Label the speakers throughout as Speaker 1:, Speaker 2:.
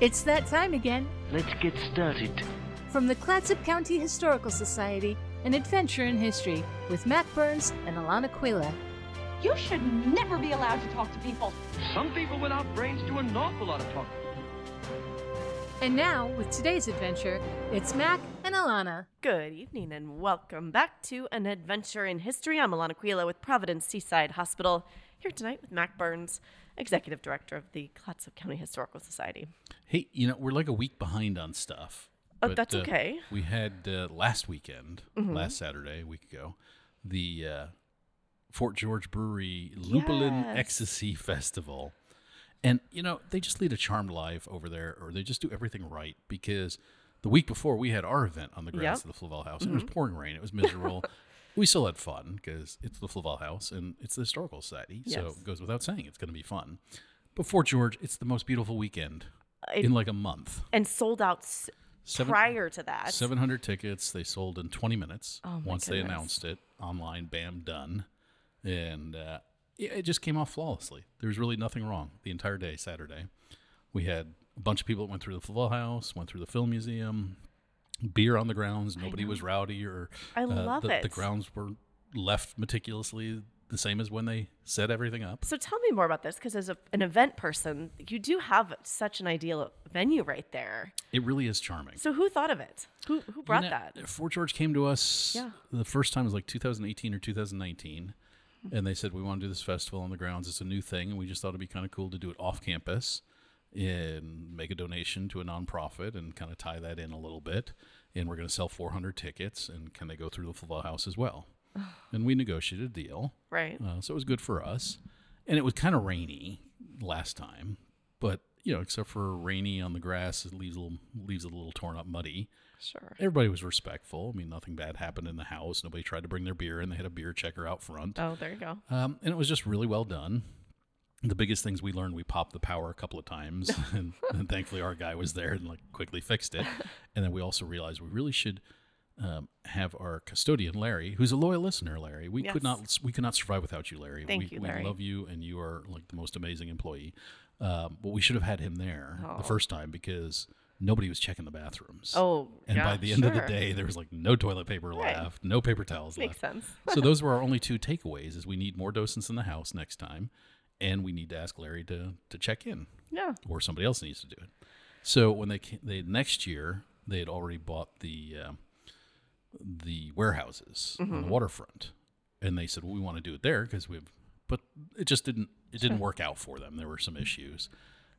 Speaker 1: It's that time again.
Speaker 2: Let's get started.
Speaker 1: From the Clatsop County Historical Society, an adventure in history with Matt Burns and Alana Quila.
Speaker 3: You should never be allowed to talk to people.
Speaker 4: Some people without brains do an awful lot of talking.
Speaker 1: And now, with today's adventure, it's Mac and Alana.
Speaker 5: Good evening and welcome back to An Adventure in History. I'm Alana Quila with Providence Seaside Hospital, here tonight with Mac Burns, Executive Director of the Clatsop County Historical Society.
Speaker 6: Hey, you know, we're like a week behind on stuff. uh,
Speaker 5: Oh, that's okay. Mm-hmm.
Speaker 6: We had uh, last weekend, last Saturday, a week ago, the uh, Fort George Brewery Lupulin
Speaker 5: Yes.
Speaker 6: Ecstasy Festival. And, you know, they just lead a charmed life over there, or they just do everything right because the week before we had our event on the grounds
Speaker 5: Yep. Mm-hmm.
Speaker 6: of the Flavel House. And it was pouring rain, it was miserable. we still had fun because it's the Flavel House and it's the Historical Society. So
Speaker 5: Yes.
Speaker 6: it goes without saying it's going to be fun. But Fort George, it's the most beautiful weekend
Speaker 5: It-
Speaker 6: in like a month.
Speaker 5: And sold out s-
Speaker 6: Seven-
Speaker 5: prior to that.
Speaker 6: 700 tickets they sold in 20 minutes
Speaker 5: Oh, my
Speaker 6: once they
Speaker 5: goodness.
Speaker 6: announced it online bam done and uh, it, it just came off flawlessly there was really nothing wrong the entire day saturday we had a bunch of people that went through the Flavel house went through the film museum beer on the grounds nobody was rowdy or uh,
Speaker 5: I love
Speaker 6: the, the
Speaker 5: it.
Speaker 6: grounds were left meticulously the same as when they set everything up
Speaker 5: So tell me more about this, because as a, an event person, you do have such an ideal venue right there.
Speaker 6: it really is charming
Speaker 5: So who thought of it? Who who brought
Speaker 6: You know,
Speaker 5: that?
Speaker 6: Fort George came to us
Speaker 5: Yeah.
Speaker 6: the first time was like 2018 or 2019. And they said, we want to do this festival on the grounds. It's a new thing. And we just thought it'd be kind of cool to do it off campus and make a donation to a nonprofit and kind of tie that in a little bit. And we're going to sell 400 tickets. And can they go through the Flavel House as well? and we negotiated a deal.
Speaker 5: Right.
Speaker 6: Uh, so it was good for us. And it was kind of rainy last time, but you know, except for rainy on the grass, it leaves a little, leaves it a little torn up, muddy.
Speaker 5: Sure.
Speaker 6: Everybody was respectful. I mean, nothing bad happened in the house. Nobody tried to bring their beer in. They had a beer checker out front.
Speaker 5: Oh, there you go.
Speaker 6: Um, and it was just really well done. The biggest things we learned, we popped the power a couple of times, and, and thankfully our guy was there and like quickly fixed it. And then we also realized we really should um, have our custodian Larry, who's a loyal listener. Larry, we
Speaker 5: Yes.
Speaker 6: could not we could not survive without you, Larry.
Speaker 5: Thank
Speaker 6: we,
Speaker 5: you,
Speaker 6: we
Speaker 5: Larry.
Speaker 6: love you, and you are like the most amazing employee. Um, but we should have had him there
Speaker 5: Oh.
Speaker 6: the first time because nobody was checking the bathrooms.
Speaker 5: Oh,
Speaker 6: And
Speaker 5: yeah,
Speaker 6: by the end of the
Speaker 5: sure.
Speaker 6: day, there was like no toilet paper
Speaker 5: Right.
Speaker 6: left, no paper towels
Speaker 5: Makes
Speaker 6: left.
Speaker 5: sense.
Speaker 6: so those were our only two takeaways: is we need more docents in the house next time, and we need to ask Larry to to check in,
Speaker 5: Yeah.
Speaker 6: or somebody else needs to do it. So when they ca- they next year, they had already bought the uh, the warehouses on
Speaker 5: Mm-hmm.
Speaker 6: the waterfront, and they said, "Well, we want to do it there because we've," but it just didn't it didn't work out for them. There were some issues,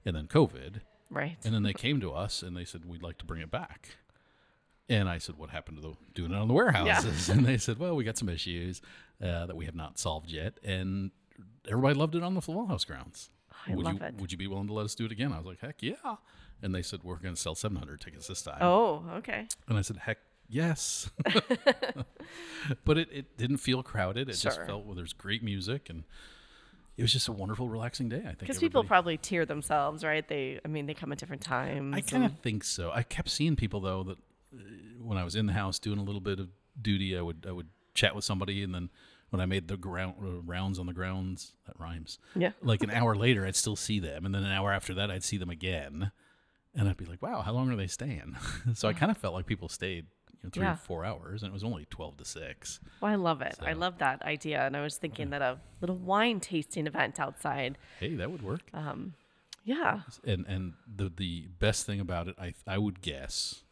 Speaker 6: and then COVID.
Speaker 5: Right.
Speaker 6: And then they came to us and they said, We'd like to bring it back. And I said, What happened to the doing it on the warehouses? And they said, Well, we got some issues uh, that we have not solved yet. And everybody loved it on the Flavel House grounds.
Speaker 5: I
Speaker 6: would
Speaker 5: love
Speaker 6: you,
Speaker 5: it.
Speaker 6: Would you be willing to let us do it again? I was like, Heck yeah. And they said, We're going to sell 700 tickets this time.
Speaker 5: Oh, okay.
Speaker 6: And I said, Heck yes. but it, it didn't feel crowded. It just
Speaker 5: Sure.
Speaker 6: felt, well, there's great music. And it was just a wonderful, relaxing day. I think
Speaker 5: Because people
Speaker 6: everybody-
Speaker 5: probably tear themselves, right? They, I mean, they come at different times.
Speaker 6: I kind
Speaker 5: and-
Speaker 6: of think so. I kept seeing people though that uh, when I was in the house doing a little bit of duty, I would I would chat with somebody, and then when I made the ground uh, rounds on the grounds, that rhymes.
Speaker 5: Yeah.
Speaker 6: Like an hour later, I'd still see them, and then an hour after that, I'd see them again, and I'd be like, "Wow, how long are they staying?" so I kind of felt like people stayed. You know, three
Speaker 5: Yeah.
Speaker 6: or four hours, and it was only twelve to six.
Speaker 5: Well, I love it. I
Speaker 6: So-
Speaker 5: love that idea. And I was thinking that a little wine tasting event outside.
Speaker 6: Hey, that would work.
Speaker 5: Um, yeah.
Speaker 6: and and the the best thing about it, I I would guess,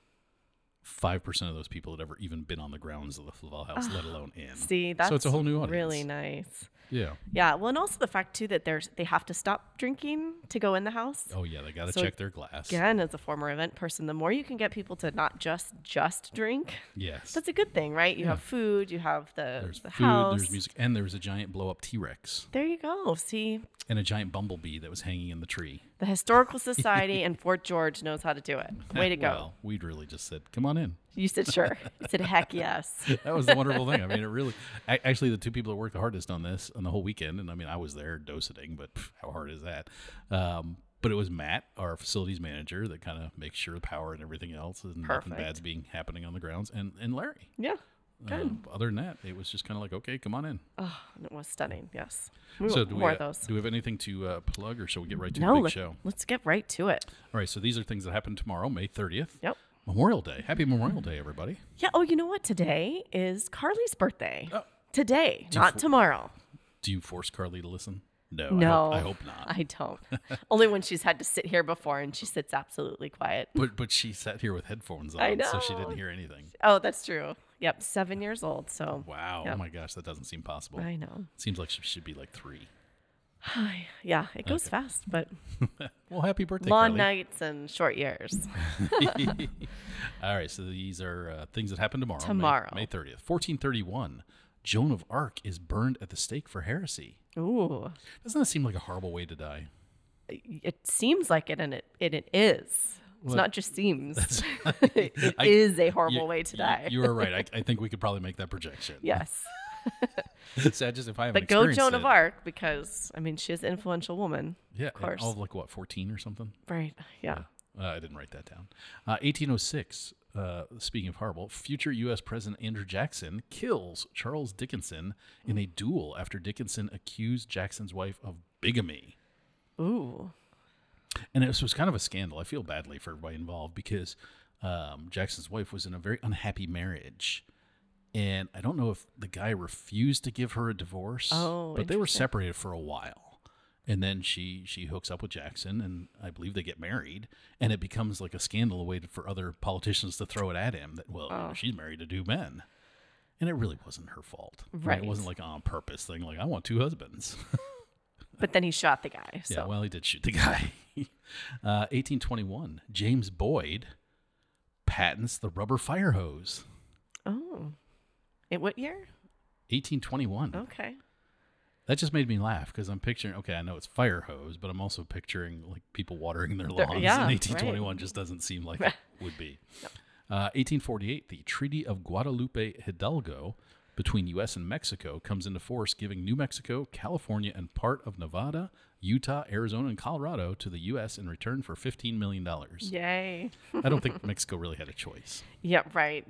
Speaker 6: five percent of those people had ever even been on the grounds of the Flavel House, let alone in.
Speaker 5: Ah, See, that's
Speaker 6: so it's a whole new audience.
Speaker 5: Really nice.
Speaker 6: Yeah.
Speaker 5: Yeah. Well, and also the fact too that there's they have to stop drinking to go in the house.
Speaker 6: Oh yeah, they got to
Speaker 5: So
Speaker 6: check their glass.
Speaker 5: Again, as a former event person, the more you can get people to not just just drink,
Speaker 6: Yes.
Speaker 5: that's a good thing, right? You have food, you have the
Speaker 6: there's
Speaker 5: the
Speaker 6: food,
Speaker 5: house.
Speaker 6: there's music, and there was a giant blow up T Rex
Speaker 5: There you go. See,
Speaker 6: and a giant bumblebee that was hanging in the tree.
Speaker 5: the historical society and Fort George knows how to do it. Way to go.
Speaker 6: Well, we'd really just said, "Come on in."
Speaker 5: You said sure. You said heck yes.
Speaker 6: That was the wonderful thing. I mean, it really. I, actually, the two people that worked the hardest on this on the whole weekend, and I mean, I was there doseting, but pff, how hard is that? Um, but it was Matt, our facilities manager, that kind of makes sure the power and everything else and nothing
Speaker 5: Perfect.
Speaker 6: bad's being happening on the grounds, and and Larry.
Speaker 5: Yeah.
Speaker 6: Um, other than that, it was just kind of like, okay, come on in.
Speaker 5: And Oh, it was stunning. Yes. We
Speaker 6: so
Speaker 5: want
Speaker 6: do we,
Speaker 5: more of
Speaker 6: uh,
Speaker 5: those.
Speaker 6: do we have anything to uh, plug, or shall we get right to
Speaker 5: no,
Speaker 6: the big
Speaker 5: let,
Speaker 6: show?
Speaker 5: us get right to it.
Speaker 6: All right, so these are things that happen tomorrow, May 30th.
Speaker 5: Yep.
Speaker 6: Memorial Day. Happy Memorial Day, everybody.
Speaker 5: Yeah. Oh, you know what? Today is Carly's birthday.
Speaker 6: Oh.
Speaker 5: Today,
Speaker 6: Do you
Speaker 5: not
Speaker 6: fo-
Speaker 5: tomorrow.
Speaker 6: Do you force Carly to listen? No.
Speaker 5: No.
Speaker 6: I hope, I hope not.
Speaker 5: I don't. Only when she's had to sit here before and she sits absolutely quiet.
Speaker 6: But but she sat here with headphones on,
Speaker 5: I
Speaker 6: so she didn't
Speaker 5: know.
Speaker 6: hear anything.
Speaker 5: Oh, that's true. Yep. Seven years old. So,
Speaker 6: Wow.
Speaker 5: Yep.
Speaker 6: Oh my gosh, that doesn't seem possible.
Speaker 5: I know.
Speaker 6: Seems like she should be like three.
Speaker 5: yeah, it goes fast, but
Speaker 6: Well, happy birthday,
Speaker 5: long
Speaker 6: Carly.
Speaker 5: nights and short years.
Speaker 6: All right, so these are uh, things that happen tomorrow. May-
Speaker 5: Tomorrow.
Speaker 6: May, 30th, 1431. Joan of Arc is burned at the stake for heresy.
Speaker 5: Ooh.
Speaker 6: Doesn't that seem like a horrible way to die?
Speaker 5: It seems like it, and it, it, it is. It's
Speaker 6: Well,
Speaker 5: not just seems. It is
Speaker 6: I-
Speaker 5: a horrible way to
Speaker 6: You-
Speaker 5: die.
Speaker 6: You, are right. I, I think we could probably make that projection.
Speaker 5: yes.
Speaker 6: so I just if I haven't
Speaker 5: But go
Speaker 6: experienced
Speaker 5: Joan of
Speaker 6: it-
Speaker 5: Arc because, I mean, she's an influential woman.
Speaker 6: Yeah,
Speaker 5: Of course.
Speaker 6: all of like what, 14 or something?
Speaker 5: Right. Yeah.
Speaker 6: Uh, I didn't write that down. Uh, 1806, uh, speaking of horrible, future U.S. President Andrew Jackson kills Charles Dickinson in a duel after Dickinson accused Jackson's wife of bigamy.
Speaker 5: Ooh.
Speaker 6: And this was kind of a scandal. I feel badly for everybody involved because um, Jackson's wife was in a very unhappy marriage. And I don't know if the guy refused to give her a divorce,
Speaker 5: Oh,
Speaker 6: but they were separated for a while. And then she she hooks up with Jackson, and I believe they get married. And it becomes like a scandal, a way to- for other politicians to throw it at him that well, you
Speaker 5: Oh.
Speaker 6: know, she's married to two men, and it really wasn't her fault. I mean,
Speaker 5: Right.
Speaker 6: it wasn't like on purpose thing. Like I want two husbands.
Speaker 5: But then he shot the guy. So.
Speaker 6: Yeah, well, he did shoot the guy. uh, 1821, James Boyd patents the rubber fire hose.
Speaker 5: oh. In what year?
Speaker 6: 1821.
Speaker 5: Okay.
Speaker 6: That just made me laugh because I'm picturing, okay, I know it's fire hose, but I'm also picturing like people watering their
Speaker 5: They're-
Speaker 6: lawns.
Speaker 5: yeah,
Speaker 6: and
Speaker 5: right.
Speaker 6: 1821 just doesn't seem like it would be. Uh, 1848, the Treaty of Guadalupe Hidalgo between U.S. and Mexico comes into force, giving New Mexico, California, and part of Nevada, Utah, Arizona, and Colorado to the U.S. in return for $15 million.
Speaker 5: Yay.
Speaker 6: I don't think Mexico really had a choice.
Speaker 5: Yeah, right.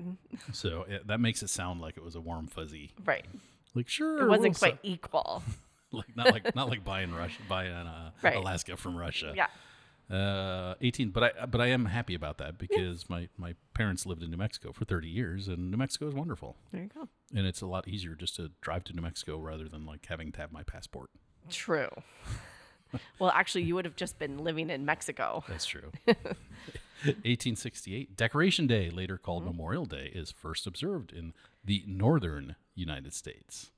Speaker 6: So eh, that makes it sound like it was a warm fuzzy.
Speaker 5: Right.
Speaker 6: Like sure,
Speaker 5: It
Speaker 6: we'll
Speaker 5: wasn't
Speaker 6: se-
Speaker 5: quite equal.
Speaker 6: like not like not like buying Russia, buying uh,
Speaker 5: Right.
Speaker 6: Alaska from Russia.
Speaker 5: Yeah.
Speaker 6: Uh, 18, but I but I am happy about that because my my parents lived in New Mexico for 30 years, and New Mexico is wonderful,
Speaker 5: There you go.
Speaker 6: and it's a lot easier just to drive to New Mexico rather than like having to have my passport.
Speaker 5: True. well, actually, you would have just been living in Mexico.
Speaker 6: That's true. 1868, Decoration Day, later called
Speaker 5: Mm-hmm.
Speaker 6: Memorial Day, is first observed in the northern United States.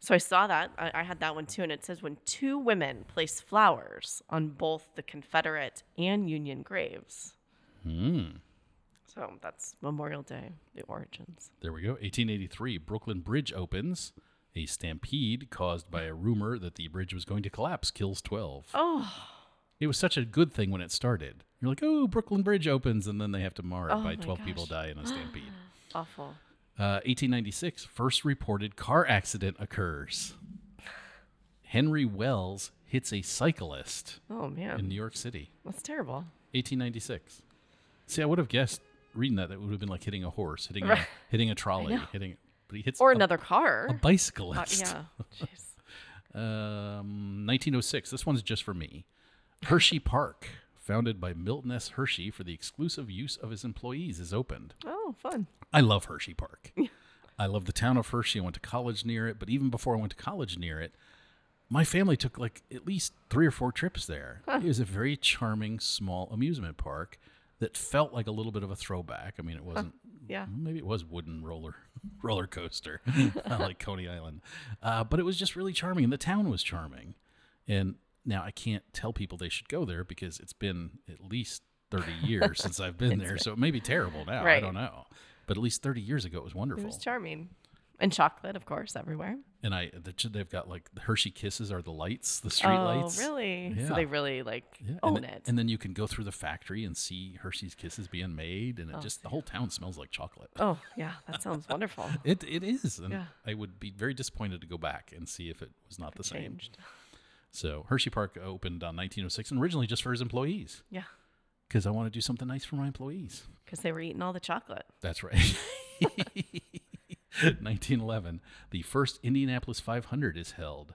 Speaker 5: So I saw that. I, I had that one too. And it says when two women place flowers on both the Confederate and Union graves. Hmm. So that's Memorial Day, the origins.
Speaker 6: There we go. 1883, Brooklyn Bridge opens. A stampede caused by a rumor that the bridge was going to collapse kills 12.
Speaker 5: Oh,
Speaker 6: It was such a good thing when it started. You're like, oh, Brooklyn Bridge opens, and then they have to mar it
Speaker 5: Oh
Speaker 6: by
Speaker 5: my
Speaker 6: 12 people
Speaker 5: gosh.
Speaker 6: die in a stampede.
Speaker 5: awful.
Speaker 6: Uh, 1896, first reported car accident occurs. Henry Wells hits a cyclist
Speaker 5: Oh,
Speaker 6: in
Speaker 5: man.
Speaker 6: New York City.
Speaker 5: That's terrible.
Speaker 6: 1896. See, I would have guessed reading that that would have been like hitting a horse, hitting a,
Speaker 5: Right.
Speaker 6: hitting a trolley, hitting. But he hits
Speaker 5: Or
Speaker 6: a-
Speaker 5: another
Speaker 6: a
Speaker 5: car. Uh,
Speaker 6: bicyclist.
Speaker 5: yeah. Jeez.
Speaker 6: Um, 1906. This one's just for me. Hershey Park, founded by Milton S. Hershey for the exclusive use of his employees, is opened.
Speaker 5: Oh, fun.
Speaker 6: I love Hershey Park. I love the town of Hershey. I went to college near it, but even before I went to college near it, my family took like at least three or four trips there. It was a very charming, small amusement park that felt like a little bit of a throwback. I mean, it wasn't
Speaker 5: Yeah.
Speaker 6: well, Maybe it was wooden roller roller coaster, not like Coney Island, uh, but it was just really charming, and the town was charming. And now I can't tell people they should go there because it's been at least thirty years since I've been there, so it may be terrible now. I
Speaker 5: Right.
Speaker 6: don't know, but at least thirty years ago, it was
Speaker 5: It
Speaker 6: wonderful.
Speaker 5: was charming. And chocolate, of course, everywhere.
Speaker 6: and I the- they've got like the Hershey Kisses are the lights, the street
Speaker 5: oh,
Speaker 6: lights.
Speaker 5: really?
Speaker 6: Yeah.
Speaker 5: So they really like
Speaker 6: Yeah,
Speaker 5: own
Speaker 6: and, th-
Speaker 5: it.
Speaker 6: and then you can go through the factory and see Hershey's Kisses being made, and it just the whole town smells like chocolate.
Speaker 5: oh, yeah. That sounds wonderful.
Speaker 6: It it is, and
Speaker 5: Yeah.
Speaker 6: I would be very disappointed to go back and see if it was not the same.
Speaker 5: Changed.
Speaker 6: So Hershey Park opened on 1906, and originally just for his employees,
Speaker 5: Yeah.
Speaker 6: because I want to do something nice for my employees.
Speaker 5: Because they were eating all the chocolate.
Speaker 6: That's right. 1911, the first Indianapolis 500 is held.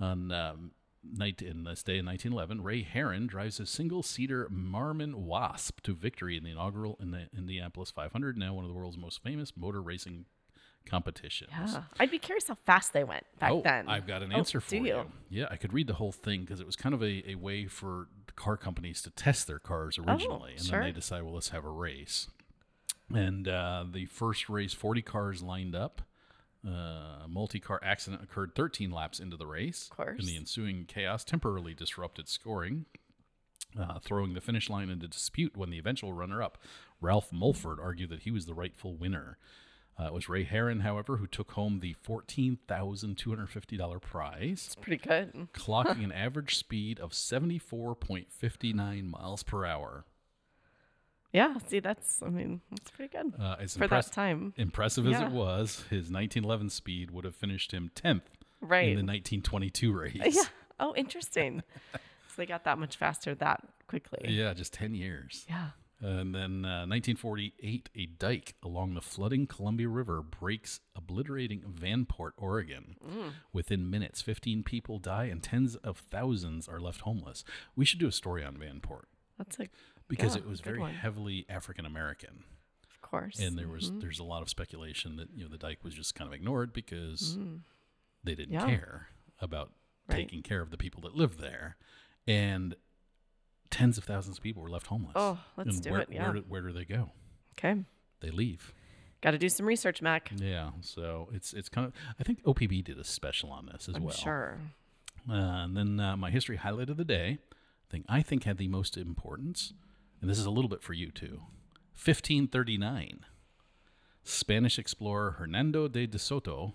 Speaker 6: On um, night in this day in 1911, Ray Heron drives a single-seater Marmon Wasp to victory in the inaugural in the Indianapolis 500, now one of the world's most famous motor racing competitions.
Speaker 5: Yeah. I'd be curious how fast they went back
Speaker 6: oh,
Speaker 5: then.
Speaker 6: I've got an
Speaker 5: Oh,
Speaker 6: answer for
Speaker 5: do
Speaker 6: you. Yeah, I could read the whole thing because it was kind of a, a way for car companies to test their cars originally. and then they
Speaker 5: Oh, sure.
Speaker 6: decide, well, let's have a race. And uh, the first race, 40 cars lined up. Uh, multi car accident occurred 13 laps into the race.
Speaker 5: Of course.
Speaker 6: And the ensuing chaos temporarily disrupted scoring, uh, throwing the finish line into dispute when the eventual runner up, Ralph Mulford, argued that he was the rightful winner. Uh, it was Ray Heron, however, who took home the $14,250 prize,
Speaker 5: It's pretty good.
Speaker 6: clocking an average speed of 74.59 miles per hour.
Speaker 5: Yeah. See, that's, I mean, that's pretty good
Speaker 6: Uh, as
Speaker 5: for
Speaker 6: impress-
Speaker 5: that time.
Speaker 6: Impressive as
Speaker 5: Yeah.
Speaker 6: it was, his 1911 speed would have finished him 10th
Speaker 5: Right.
Speaker 6: in the 1922 race.
Speaker 5: Yeah. Oh, interesting. so they got that much faster that quickly.
Speaker 6: Yeah, just 10 years.
Speaker 5: Yeah.
Speaker 6: And then uh, 1948, a dike along the flooding Columbia River breaks, obliterating Vanport, Oregon.
Speaker 5: Mm.
Speaker 6: Within minutes, 15 people die and tens of thousands are left homeless. We should do a story on Vanport
Speaker 5: That's a,
Speaker 6: because
Speaker 5: Yeah,
Speaker 6: it was
Speaker 5: good
Speaker 6: very
Speaker 5: one.
Speaker 6: heavily African American,
Speaker 5: of course. Mm-hmm.
Speaker 6: and there was
Speaker 5: Mm.
Speaker 6: there's a lot of speculation that you know the dike was just kind of ignored because
Speaker 5: Mm-hmm.
Speaker 6: they didn't
Speaker 5: Mm. Yeah.
Speaker 6: care about
Speaker 5: Right.
Speaker 6: taking care of the people that lived there, and tens of thousands of people were left homeless.
Speaker 5: Oh, let's
Speaker 6: and
Speaker 5: do
Speaker 6: where,
Speaker 5: it, yeah.
Speaker 6: Where, do- where do they go?
Speaker 5: okay.
Speaker 6: they leave.
Speaker 5: Got to do some research, Mac.
Speaker 6: Yeah, so it's it's kind of. I think OPB did a special on this as
Speaker 5: I'm
Speaker 6: well.
Speaker 5: sure.
Speaker 6: Uh, and then uh, my history highlight of the day thing I think had the most importance, and this is a little bit for you too. 1539, Spanish explorer Hernando de de Soto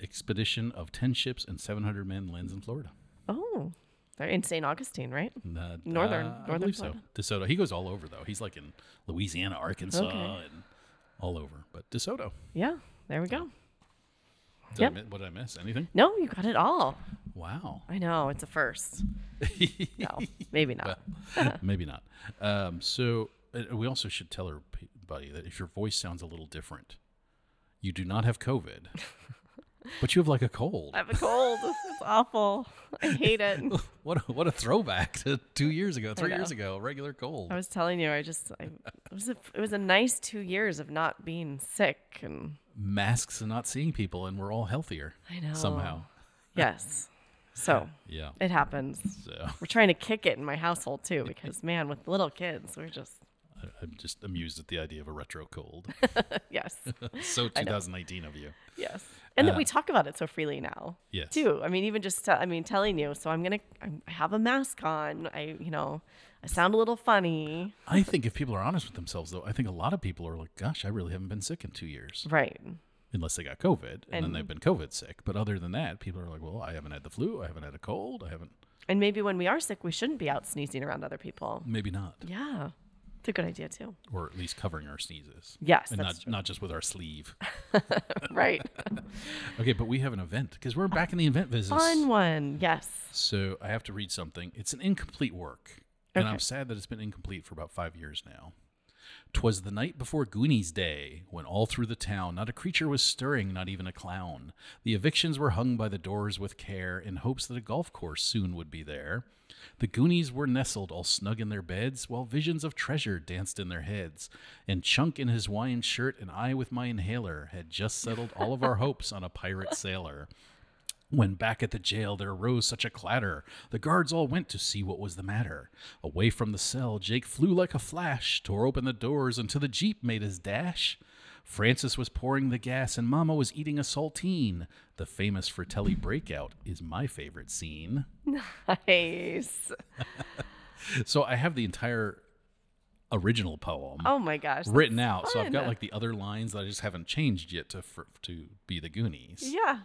Speaker 6: expedition of 10 ships and 700 men lands in Florida.
Speaker 5: Oh, they're in St. Augustine, right?
Speaker 6: And, uh,
Speaker 5: Northern-
Speaker 6: uh, I
Speaker 5: northern
Speaker 6: believe so.
Speaker 5: Florida.
Speaker 6: De Soto. He goes all over though. He's like in Louisiana, Arkansas,
Speaker 5: Okay.
Speaker 6: and all over. But De Soto.
Speaker 5: Yeah. There we go.
Speaker 6: Did
Speaker 5: Yep.
Speaker 6: I, mi- what did I miss? Anything?
Speaker 5: No, you got it all.
Speaker 6: Wow.
Speaker 5: I know. It's a first. no, maybe not.
Speaker 6: Maybe not. Um, so uh, we also should tell everybody that if your voice sounds a little different, you do not have COVID, but you have like a cold.
Speaker 5: I have a cold. This is awful. I hate it.
Speaker 6: What a, what a throwback to two years ago, three years
Speaker 5: know.
Speaker 6: ago, regular cold.
Speaker 5: I was telling you, I just, I, it, was a, it was a nice two years of not being sick. And
Speaker 6: Masks and not seeing people, and we're all healthier.
Speaker 5: I know.
Speaker 6: Somehow.
Speaker 5: yes. So
Speaker 6: Yeah.
Speaker 5: it happens.
Speaker 6: So
Speaker 5: We're trying to kick it in my household too, because man, with little kids, we're just,
Speaker 6: I- I'm just amused at the idea of a retro cold.
Speaker 5: yes.
Speaker 6: so 2019 of you.
Speaker 5: Yes. And that we talk about it so freely now.
Speaker 6: Yes.
Speaker 5: Too. I mean, even just, I mean, telling you. So I'm going to, I have a mask on. I, you know, I sound a little funny.
Speaker 6: I think if people are honest with themselves, though, I think a lot of people are like, gosh, I really haven't been sick in two years.
Speaker 5: Right.
Speaker 6: unless they got COVID and, then
Speaker 5: And-
Speaker 6: they've been COVID sick. But other than that, people are like, well, I haven't had the flu. I haven't had a cold. I haven't.
Speaker 5: And maybe when we are sick, we shouldn't be out sneezing around other people.
Speaker 6: Maybe not,
Speaker 5: Yeah. It's a good idea too.
Speaker 6: or at least covering our sneezes.
Speaker 5: Yes,
Speaker 6: and
Speaker 5: that's
Speaker 6: not
Speaker 5: true.
Speaker 6: not just with our sleeve.
Speaker 5: Right.
Speaker 6: okay, but we have an event because we're back in the event business.
Speaker 5: Fun one. Yes.
Speaker 6: So I have to read something. It's an incomplete work, and I'm sad that it's been incomplete for about five years now. 'Twas the night before Goonies Day, when all through the town not a creature was stirring, not even a clown. The evictions were hung by the doors with care, in hopes that a golf course soon would be there. The Goonies were nestled all snug in their beds, while visions of treasure danced in their heads. And Chunk in his Hawaiian shirt, and I with my inhaler, had just settled all of our hopes on a pirate sailor. When back at the jail there arose such a clatter, the guards all went to see what was the matter. Away from the cell, Jake flew like a flash, tore open the doors until the jeep made his dash. Francis was pouring the gas and Mama was eating a saltine. The famous Fratelli breakout is my favorite scene.
Speaker 5: Nice.
Speaker 6: Mm. So I have the entire original poem
Speaker 5: Oh my gosh.
Speaker 6: written out. So I've got
Speaker 5: fun.
Speaker 6: like the other lines that I just haven't changed yet to for, to be the Goonies.
Speaker 5: Yeah.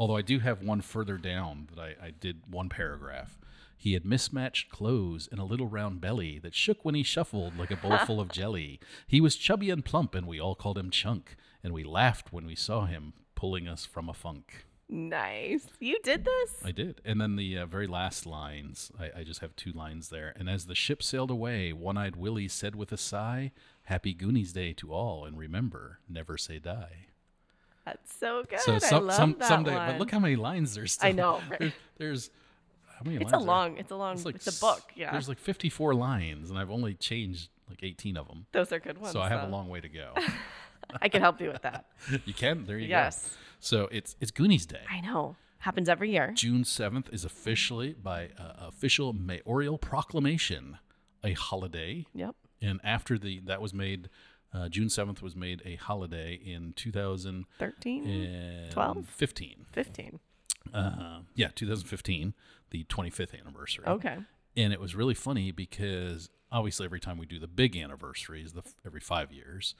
Speaker 6: Although I do have one further down that I, I did one paragraph. He had mismatched clothes and a little round belly that shook when he shuffled like a bowl full of jelly. He was chubby and plump, and we all called him Chunk, and we laughed when we saw him pulling us from a funk.
Speaker 5: Nice. You did this?
Speaker 6: I did. And then the uh, very last lines, I, I just have two lines there. And as the ship sailed away, one eyed Willie said with a sigh, Happy Goonies Day to all, and remember, never say die.
Speaker 5: That's so good.
Speaker 6: So
Speaker 5: I
Speaker 6: some,
Speaker 5: love
Speaker 6: some
Speaker 5: that
Speaker 6: someday,
Speaker 5: one.
Speaker 6: but look how many lines there's. Still.
Speaker 5: I know, right?
Speaker 6: There- there's how many
Speaker 5: It's a
Speaker 6: lines are-
Speaker 5: long. It's a long. It's,
Speaker 6: s-
Speaker 5: a book. Yeah.
Speaker 6: There's like 54 lines, and I've only changed like 18 of them.
Speaker 5: Those are good ones.
Speaker 6: so I have a
Speaker 5: though.
Speaker 6: long way to go.
Speaker 5: I can help you with that.
Speaker 6: you can. There you go.
Speaker 5: Yes.
Speaker 6: So it's it's Goonies Day.
Speaker 5: I know. Happens every year.
Speaker 6: June 7th is officially by uh, official mayoral proclamation a holiday.
Speaker 5: Yep.
Speaker 6: And after the that was made, uh, June 7th was made a holiday in 2015.
Speaker 5: 13, 12? 15.
Speaker 6: Uh, yeah, 2015, the 25th anniversary.
Speaker 5: Uh-huh. Okay.
Speaker 6: and it was really funny because obviously every time we do the big anniversaries the f- every five years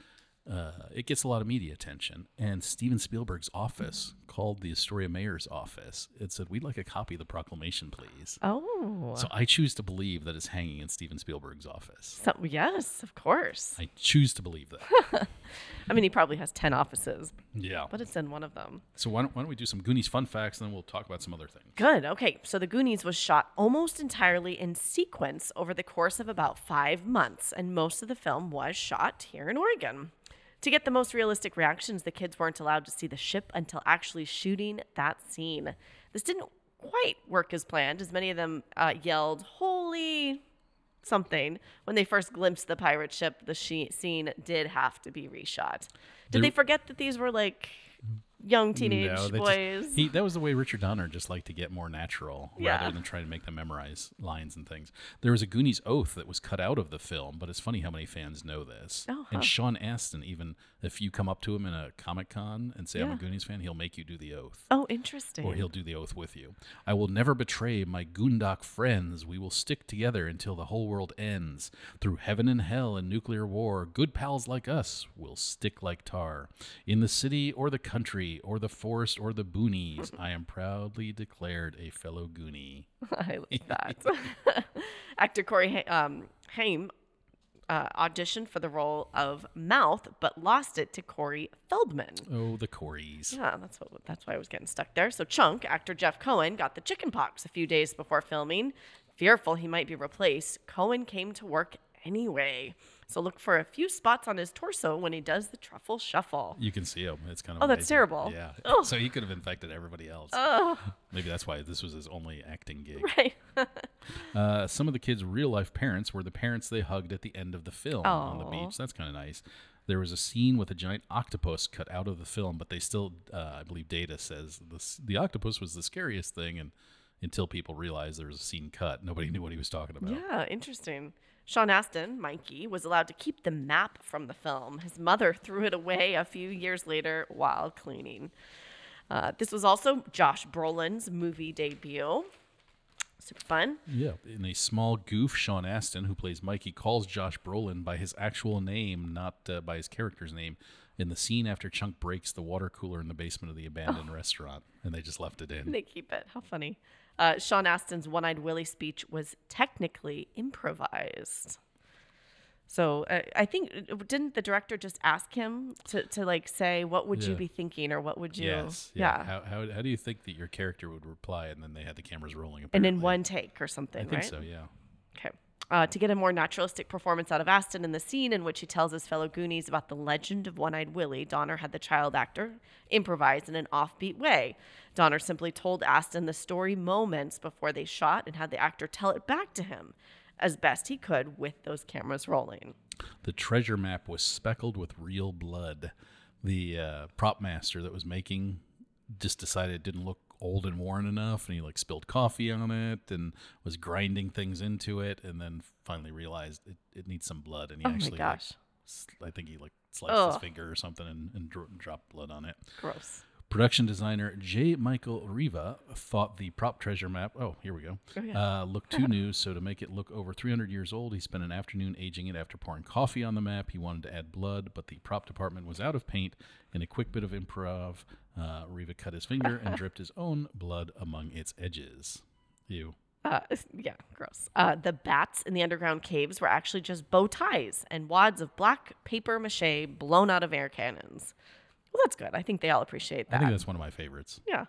Speaker 6: uh, it gets a lot of media attention and steven spielberg's office called the astoria mayor's office and said we'd like a copy of the proclamation please
Speaker 5: Oh.
Speaker 6: so i choose to believe that it's hanging in steven spielberg's office
Speaker 5: So, yes, of course.
Speaker 6: i choose to believe that
Speaker 5: I mean, he probably has 10 offices,
Speaker 6: yeah
Speaker 5: but it's in one of them.
Speaker 6: so why don't, why don't we do some goonies fun facts and then we'll talk about some other things
Speaker 5: Good. Okay. So The Goonies was shot almost entirely in sequence over the course of about five months, and most of the film was shot here in Oregon. To get the most realistic reactions, the kids weren't allowed to see the ship until actually shooting that scene. This didn't quite work as planned, as many of them uh, yelled, Holy something, when they first glimpsed the pirate ship. The she- scene did have to be reshot. Did
Speaker 6: There-
Speaker 5: they forget that these were like young teenage
Speaker 6: No, they just-
Speaker 5: boys?
Speaker 6: he, that was the way Richard Donner just liked to get more natural
Speaker 5: Yeah.
Speaker 6: rather than trying to make them memorize lines and things. There was a Goonies oath that was cut out of the film, but it's funny how many fans know this.
Speaker 5: Oh, huh.
Speaker 6: And Sean Astin, even if you come up to him in a Comic Con and say, I'm a
Speaker 5: Yeah.
Speaker 6: Goonies fan, he'll make you do the oath.
Speaker 5: Oh, interesting.
Speaker 6: Or he'll do the oath with you. I will never betray my Goondock friends. We will stick together until the whole world ends. Through heaven and hell and nuclear war, good pals like us will stick like tar. In the city or the country or the forest or the boonies, I am proudly declared a fellow Goonie.
Speaker 5: I like that. Actor Corey Ha- um, Haim uh, auditioned for the role of Mouth, but lost it to Corey Feldman.
Speaker 6: Oh, the Coreys.
Speaker 5: Yeah, that's what that's why I was getting stuck there. So Chunk, actor Jeff Cohen, got the chicken pox a few days before filming. Fearful he might be replaced, Cohen came to work anyway. So look for a few spots on his torso when he does the truffle shuffle.
Speaker 6: You can see him. It's kind of
Speaker 5: Oh, that's terrible.
Speaker 6: Yeah.
Speaker 5: Oh.
Speaker 6: So he could have infected everybody else. Maybe that's why this was his only acting gig.
Speaker 5: Right.
Speaker 6: Uh, some of the kids' real life parents were the parents they hugged at the end of the film on the
Speaker 5: Aw.
Speaker 6: beach. That's kind of nice. There was a scene with a giant octopus cut out of the film, but they still, uh, I believe, Data says the s- the octopus was the scariest thing, and until people realized there was a scene cut, nobody knew what he was talking about.
Speaker 5: Yeah, interesting. Sean Astin, Mikey, was allowed to keep the map from the film. His mother threw it away a few years later while cleaning. Uh, this was also Josh Brolin's movie debut. Super fun.
Speaker 6: Yeah. In a small goof, Sean Astin, who plays Mikey, calls Josh Brolin by his actual name, not uh, by his character's name, in the scene after Chunk breaks the water cooler in the basement of the
Speaker 5: Oh.
Speaker 6: abandoned restaurant, and they just left it in.
Speaker 5: They keep it. How funny. Uh, Sean Astin's One Eyed Willie speech was technically improvised. So uh, I think didn't the director just ask him to, to like say what would you
Speaker 6: Yeah.
Speaker 5: be thinking or what would you
Speaker 6: Yes. Yeah. How, how, how do you think that your character would reply? And then they had the cameras
Speaker 5: and
Speaker 6: rolling. Apparently.
Speaker 5: in one take or something
Speaker 6: I think
Speaker 5: right
Speaker 6: so. Yeah.
Speaker 5: Okay. Uh, to get a more naturalistic performance out of Aston in the scene in which he tells his fellow Goonies about the legend of One Eyed Willie, Donner had the child actor improvise in an offbeat way. Donner simply told Aston the story moments before they shot and had the actor tell it back to him as best he could with those cameras rolling.
Speaker 6: The treasure map was speckled with real blood. The uh, prop master that was making just decided it didn't look old and worn enough, and he like spilled coffee on it and was grinding things into it, and then finally realized it, it needs some blood, and he
Speaker 5: Oh my
Speaker 6: actually like,
Speaker 5: gosh.
Speaker 6: s- I think he like sliced his
Speaker 5: Ugh.
Speaker 6: finger or something and, and dro- dropped blood on it.
Speaker 5: Gross.
Speaker 6: Production designer J. Michael Riva thought the prop treasure map, oh, here we go, uh, looked too new. So, to make it look over 300 years old, he spent an afternoon aging it after pouring coffee on the map. He wanted to add blood, but the prop department was out of paint. In a quick bit of improv, uh, Riva cut his finger and dripped his own blood among its edges. Ew.
Speaker 5: Uh, yeah, gross. Uh, the bats in the underground caves were actually just bow ties and wads of black paper mache blown out of air cannons. Well, that's good. I think they all appreciate that.
Speaker 6: I think that's one of my favorites.
Speaker 5: Yeah.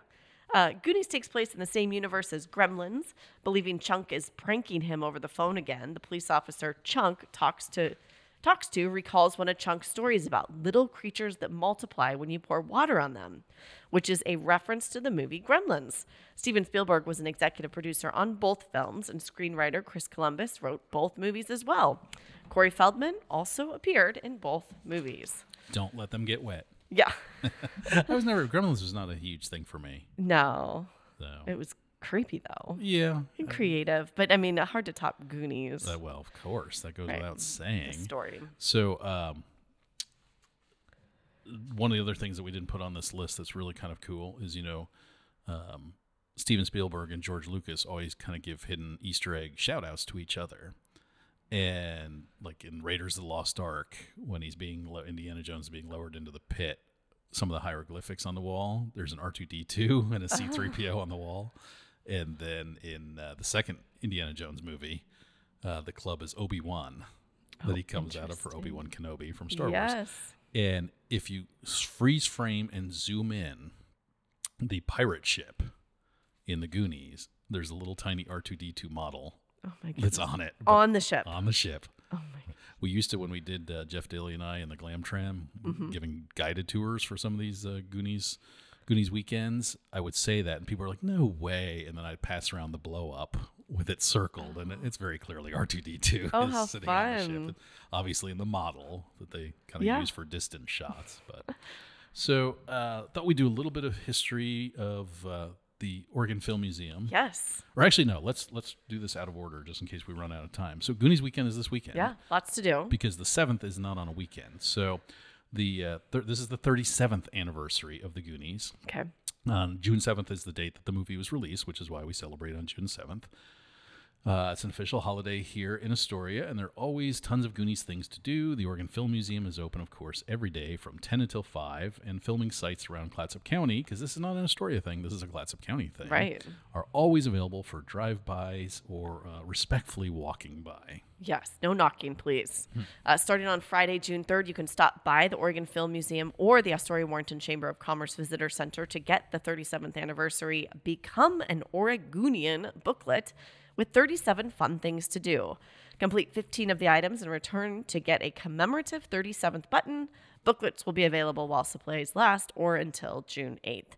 Speaker 5: Uh, Goonies takes place in the same universe as Gremlins. Believing Chunk is pranking him over the phone again, the police officer Chunk talks to talks to recalls one of Chunk's stories about little creatures that multiply when you pour water on them, which is a reference to the movie Gremlins. Steven Spielberg was an executive producer on both films, and screenwriter Chris Columbus wrote both movies as well. Corey Feldman also appeared in both movies.
Speaker 6: Don't let them get wet.
Speaker 5: Yeah.
Speaker 6: I was never Gremlins was not a huge thing for me.
Speaker 5: No.
Speaker 6: So
Speaker 5: It was creepy though.
Speaker 6: yeah,
Speaker 5: And creative, but I mean, hard to top Goonies
Speaker 6: Um, Uh, well, of course, that goes
Speaker 5: Right.
Speaker 6: without saying.
Speaker 5: story.
Speaker 6: So, um, one of the other things that we didn't put on this list that's really kind of cool is you know, um, Steven Spielberg and George Lucas always kind of give hidden Easter egg shout outs to each other. And like in Raiders of the Lost Ark, when he's being lo- Indiana Jones being lowered into the pit, some of the hieroglyphics on the wall. There's an R2D2 and a C3PO on the wall. And then in uh, the second Indiana Jones movie, uh, the club is Obi Wan that he comes out of for Obi Wan Kenobi from Star Wars.
Speaker 5: Yes.
Speaker 6: And if you s- freeze frame and zoom in, the pirate ship in the Goonies, there's a little tiny R2D2 model
Speaker 5: Oh my god.
Speaker 6: that's on it but
Speaker 5: On the ship. Oh
Speaker 6: on the ship. We used to when we did uh, Jeff Daly and I and the Glam Tram
Speaker 5: Mm-hmm.
Speaker 6: giving guided tours for some of these uh, Goonies Goonies weekends. I would say that, and people are like, "No way!" And then I'd pass around the blow up with it circled, and it- it's very clearly R two D two
Speaker 5: Oh, how
Speaker 6: sitting on the
Speaker 5: fun.
Speaker 6: ship, obviously in the model that they kind of
Speaker 5: Yeah.
Speaker 6: use for distance shots. But so uh, thought we'd do a little bit of history of. Uh, the Oregon Film Museum.
Speaker 5: Yes.
Speaker 6: Or actually, no. Let's let's do this out of order, just in case we run out of time. So Goonies weekend is this weekend
Speaker 5: Yeah. Lots to do.
Speaker 6: because the seventh is not on a weekend. So the uh, thir- this is the 37th anniversary of the Goonies.
Speaker 5: Okay.
Speaker 6: Um, June 7th is the date that the movie was released, which is why we celebrate on June 7th. Uh, it's an official holiday here in Astoria, and there are always tons of Goonies things to do. The Oregon Film Museum is open, of course, every day from 10 until 5, and filming sites around Clatsop County, because this is not an Astoria thing, this is a Clatsop County thing,
Speaker 5: Right.
Speaker 6: are always available for drive bys or uh, respectfully walking by.
Speaker 5: Yes, no knocking, please.
Speaker 6: Hmm.
Speaker 5: Uh, starting on Friday, June 3rd, you can stop by the Oregon Film Museum or the Astoria Warrenton Chamber of Commerce Visitor Center to get the 37th anniversary Become an Oregonian booklet with 37 fun things to do. Complete 15 of the items and return to get a commemorative 37th button. Booklets will be available while supplies last or until June 8th.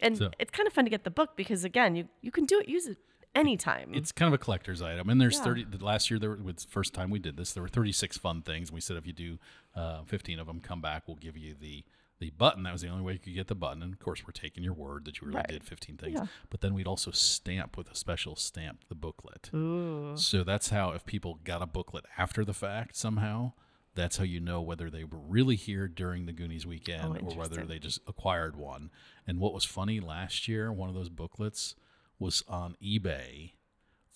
Speaker 5: And
Speaker 6: So-
Speaker 5: it's kind of fun to get the book because, again, you, you can do it, use it anytime.
Speaker 6: it's kind of a collector's item and there's 30 the last year there were- was the first time we did this there were 36 fun things and we said if you do uh, 15 of them come back we'll give you the the button that was the only way you could get the button and of course we're taking your word that you really did 15 things but then we'd also stamp with a special stamp the booklet so that's how if people got a booklet after the fact somehow that's how you know whether they were really here during the Goonies weekend or whether they just acquired one. And what was funny last year, one of those booklets was on eBay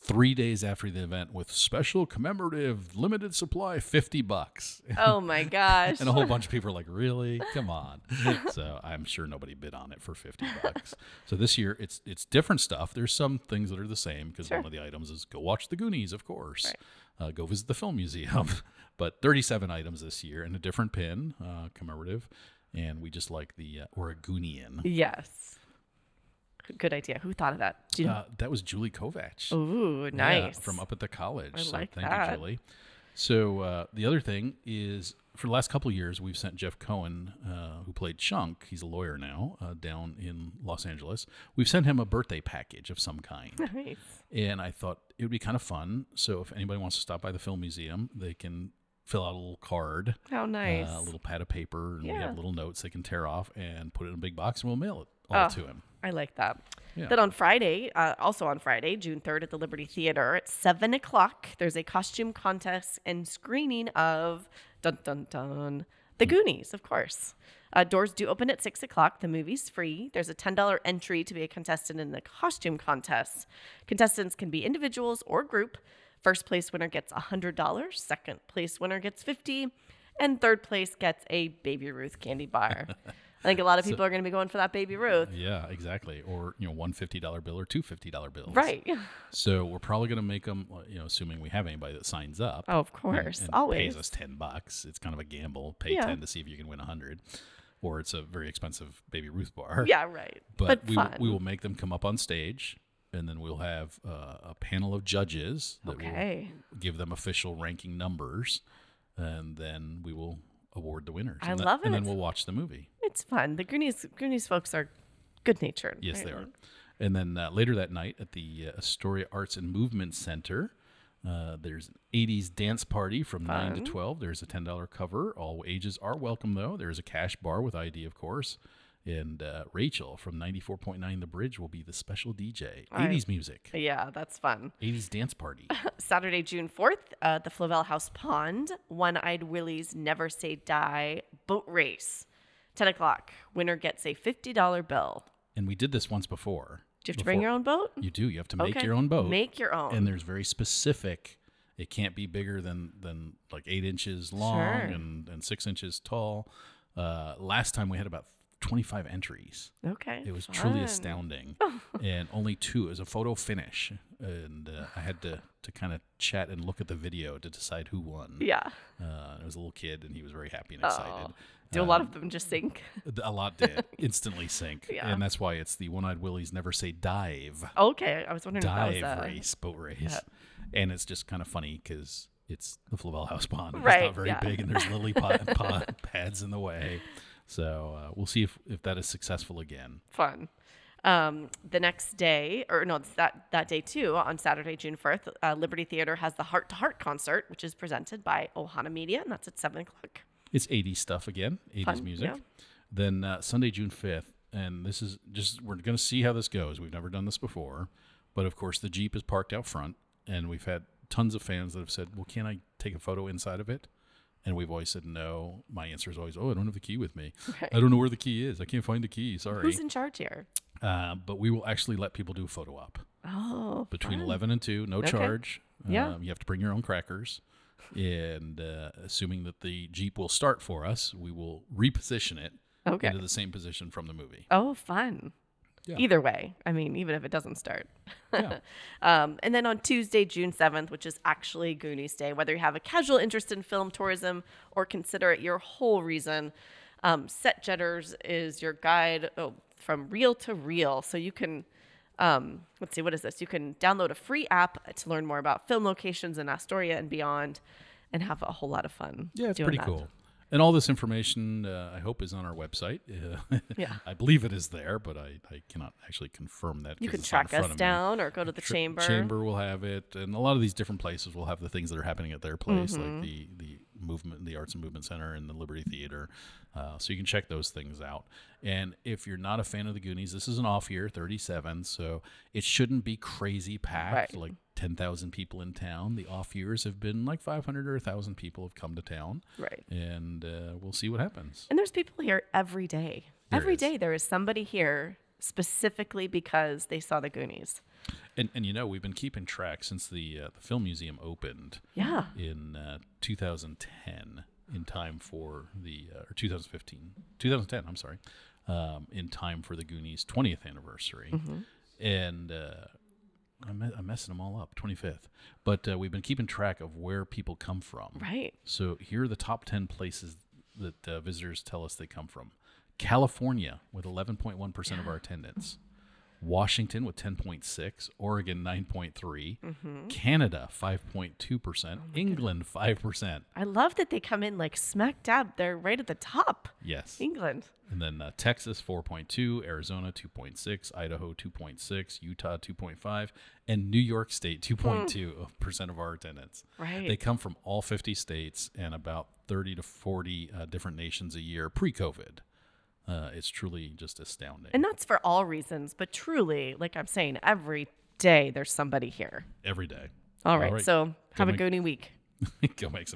Speaker 6: three days after the event with special commemorative limited supply 50 bucks
Speaker 5: oh my gosh.
Speaker 6: and a whole bunch of people are like really come on so i'm sure nobody bid on it for 50 bucks so this year it's it's different stuff there's some things that are the same because one of the items is go watch the goonies of course uh, go visit the film museum but 37 items this year in a different pin uh, commemorative and we just like the uh, oregonian
Speaker 5: Yes. Good idea. Who thought of that? Do you know?
Speaker 6: uh, that was julie kovach
Speaker 5: Ooh,
Speaker 6: Yeah,
Speaker 5: nice.
Speaker 6: from up at the college.
Speaker 5: I
Speaker 6: so
Speaker 5: like
Speaker 6: thank
Speaker 5: that.
Speaker 6: you, Julie. So uh, the other thing is, for the last couple of years, we've sent Jeff Cohen, uh, who played Chunk, he's a lawyer now uh, down in Los Angeles. We've sent him a birthday package of some kind,
Speaker 5: nice.
Speaker 6: and I thought it would be kind of fun. So if anybody wants to stop by the film museum, they can fill out a little card,
Speaker 5: How nice.
Speaker 6: uh, a little pad of paper, and we
Speaker 5: Yeah.
Speaker 6: have little notes they can tear off and put it in a big box, and we'll mail it all
Speaker 5: Oh.
Speaker 6: to him.
Speaker 5: I like that.
Speaker 6: Yeah.
Speaker 5: Then on Friday, uh, also on Friday, June 3rd at the Liberty Theater at 7 o'clock, there's a costume contest and screening of Dun Dun Dun, The Goonies, of course. Uh, doors do open at 6 o'clock. The movie's free. There's a $10 entry to be a contestant in the costume contest. Contestants can be individuals or group. First place winner gets $100, second place winner gets 50 and third place gets a Baby Ruth candy bar. I think a lot of people are going to be going for that Baby Ruth.
Speaker 6: Yeah, exactly. Or you know, one fifty dollar bill or two fifty dollar bills.
Speaker 5: Right.
Speaker 6: So we're probably going to make them, you know, assuming we have anybody that signs up.
Speaker 5: Oh, of
Speaker 6: and-
Speaker 5: course.
Speaker 6: and
Speaker 5: Always.
Speaker 6: Pays us 10 bucks. It's kind of a gamble. Pay
Speaker 5: Yeah.
Speaker 6: 10 to see if you can win 100. Or it's a very expensive Baby Ruth bar.
Speaker 5: Yeah, right.
Speaker 6: But, we,
Speaker 5: fun.
Speaker 6: we will make them come up on stage and then we'll have uh, a panel of judges that
Speaker 5: Okay.
Speaker 6: will give them official ranking numbers. and then we will award the winners.
Speaker 5: I
Speaker 6: and tha-
Speaker 5: love
Speaker 6: And then
Speaker 5: it.
Speaker 6: we'll watch the movie.
Speaker 5: It's fun. The Goonies, Goonies folks are good natured.
Speaker 6: Yes, they are. And then uh, later that night at the uh, Astoria Arts and Movement Center, uh, there's an 80s dance party from 9 to 12. There's a $10 cover. All ages are welcome, though. There's a cash bar with ID, of course. And uh, Rachel from 94.9 The Bridge will be the special DJ. 80s music,
Speaker 5: Yeah, that's fun.
Speaker 6: 80s dance party.
Speaker 5: Saturday, June 4th, uh, the Flavel House Pond, One Eyed Willie's Never Say Die boat race. 10 o'clock. Winner gets a $50 bill.
Speaker 6: and we did this once before.
Speaker 5: Do you have to bring
Speaker 6: Before-
Speaker 5: your own boat?
Speaker 6: You do. You have to make
Speaker 5: Okay.
Speaker 6: your own boat.
Speaker 5: Make your own.
Speaker 6: And there's very specific. It can't be bigger than than like eight inches long
Speaker 5: Sure.
Speaker 6: and and six inches tall. Uh, last time we had about 25 entries.
Speaker 5: Okay.
Speaker 6: It was truly
Speaker 5: fun.
Speaker 6: astounding, and only two. It was a photo finish, and uh, I had to to kind of chat and look at the video to decide who won.
Speaker 5: Yeah.
Speaker 6: Uh, it was a little kid, and he was very happy and excited. Uh,
Speaker 5: Do a lot of them just sink?
Speaker 6: Th- A lot did instantly sink,
Speaker 5: Yeah.
Speaker 6: and that's why it's the one-eyed Willie's never say dive
Speaker 5: Okay. I was wondering if that
Speaker 6: dive
Speaker 5: was a.
Speaker 6: race, boat race. And it's just kind of funny because it's the Flavel House pond. It's
Speaker 5: Right,
Speaker 6: not very
Speaker 5: yeah.
Speaker 6: big, and there's lily pod, pod pads in the way. So uh, we'll see if, if that is successful again.
Speaker 5: fun. Um, the next day, or no, it's that that day too, on Saturday, June fourth, uh, Liberty Theater has the Heart to Heart concert, which is presented by Ohana Media, and that's at seven o'clock.
Speaker 6: It's 80s stuff again, 80s
Speaker 5: Fun,
Speaker 6: music.
Speaker 5: yeah.
Speaker 6: Then uh, Sunday, June 5th, and this is just, we're going to see how this goes. We've never done this before. But of course, the Jeep is parked out front, and we've had tons of fans that have said, Well, can I take a photo inside of it? And we've always said no. My answer is always, "Oh, I don't have the key with me. I don't know where the key is. I can't find the key. Sorry."
Speaker 5: Who's in charge here?
Speaker 6: Uh, but we will actually let people do a photo op
Speaker 5: Oh,
Speaker 6: between 11 and 2, no
Speaker 5: Okay.
Speaker 6: charge.
Speaker 5: Yeah.
Speaker 6: Um, you have to bring your own crackers. And uh, assuming that the Jeep will start for us, we will reposition it
Speaker 5: Okay.
Speaker 6: into the same position from the movie.
Speaker 5: oh, fun.
Speaker 6: Yeah.
Speaker 5: Either way, I mean, even if it doesn't start.
Speaker 6: Yeah.
Speaker 5: Um, and then on Tuesday, June 7th, which is actually Goonies Day, whether you have a casual interest in film tourism or consider it your whole reason, um, Set Jetters is your guide oh, from reel to reel. So you can, um, let's see, what is this? You can download a free app to learn more about film locations in Astoria and beyond and have a whole lot of fun.
Speaker 6: Yeah, it's
Speaker 5: doing
Speaker 6: pretty
Speaker 5: that.
Speaker 6: cool. And all this information, uh, I hope, is on our website. Uh,
Speaker 5: Yeah.
Speaker 6: I believe it is there, but I, I cannot actually confirm that.
Speaker 5: You can
Speaker 6: 'cause it's not
Speaker 5: track
Speaker 6: in
Speaker 5: us
Speaker 6: front of me.
Speaker 5: down or go to the
Speaker 6: Tr-
Speaker 5: chamber.
Speaker 6: Chamber will have it, and a lot of these different places will have the things that are happening at their place,
Speaker 5: Mm-hmm.
Speaker 6: like the the movement, the Arts and Movement Center, and the Liberty Theater. Uh, so you can check those things out. And if you're not a fan of the Goonies, this is an off year, 37, so it shouldn't be crazy packed,
Speaker 5: Right.
Speaker 6: like 10,000 people in town. The off years have been like 500 or 1,000 people have come to town,
Speaker 5: Right.
Speaker 6: and uh, we'll see what happens.
Speaker 5: And there's people here every day. Every
Speaker 6: is.
Speaker 5: day there is somebody here specifically because they saw the Goonies.
Speaker 6: And and you know we've been keeping track since the uh, the film museum opened.
Speaker 5: Yeah.
Speaker 6: in uh, 2010 in time for the uh, or 2015 2010 i'm sorry um, in time for the goonies 20th anniversary and uh, I'm, I'm messing them all up 25th but uh, we've been keeping track of where people come from
Speaker 5: Right.
Speaker 6: so here are the top 10 places that uh, visitors tell us they come from california with 11.1% of our attendance Washington with 10.6, Oregon 9.3, Canada 5.2%, England 5%.
Speaker 5: I love that they come in like smack dab. They're right at the top.
Speaker 6: Yes.
Speaker 5: England.
Speaker 6: And then uh, Texas 4.2, Arizona 2.6, Idaho 2.6, Utah 2.5, and New York State 2.2% of our attendance.
Speaker 5: Hmm. Right.
Speaker 6: They come from all 50 states and about 30 to 40 uh, different nations a year pre COVID. Uh, it's truly just astounding.
Speaker 5: And that's for all reasons, but truly, like I'm saying, every day there's somebody here.
Speaker 6: Every day.
Speaker 5: All right.
Speaker 6: right.
Speaker 5: So have a
Speaker 6: make-
Speaker 5: Goonie week.
Speaker 6: Go make some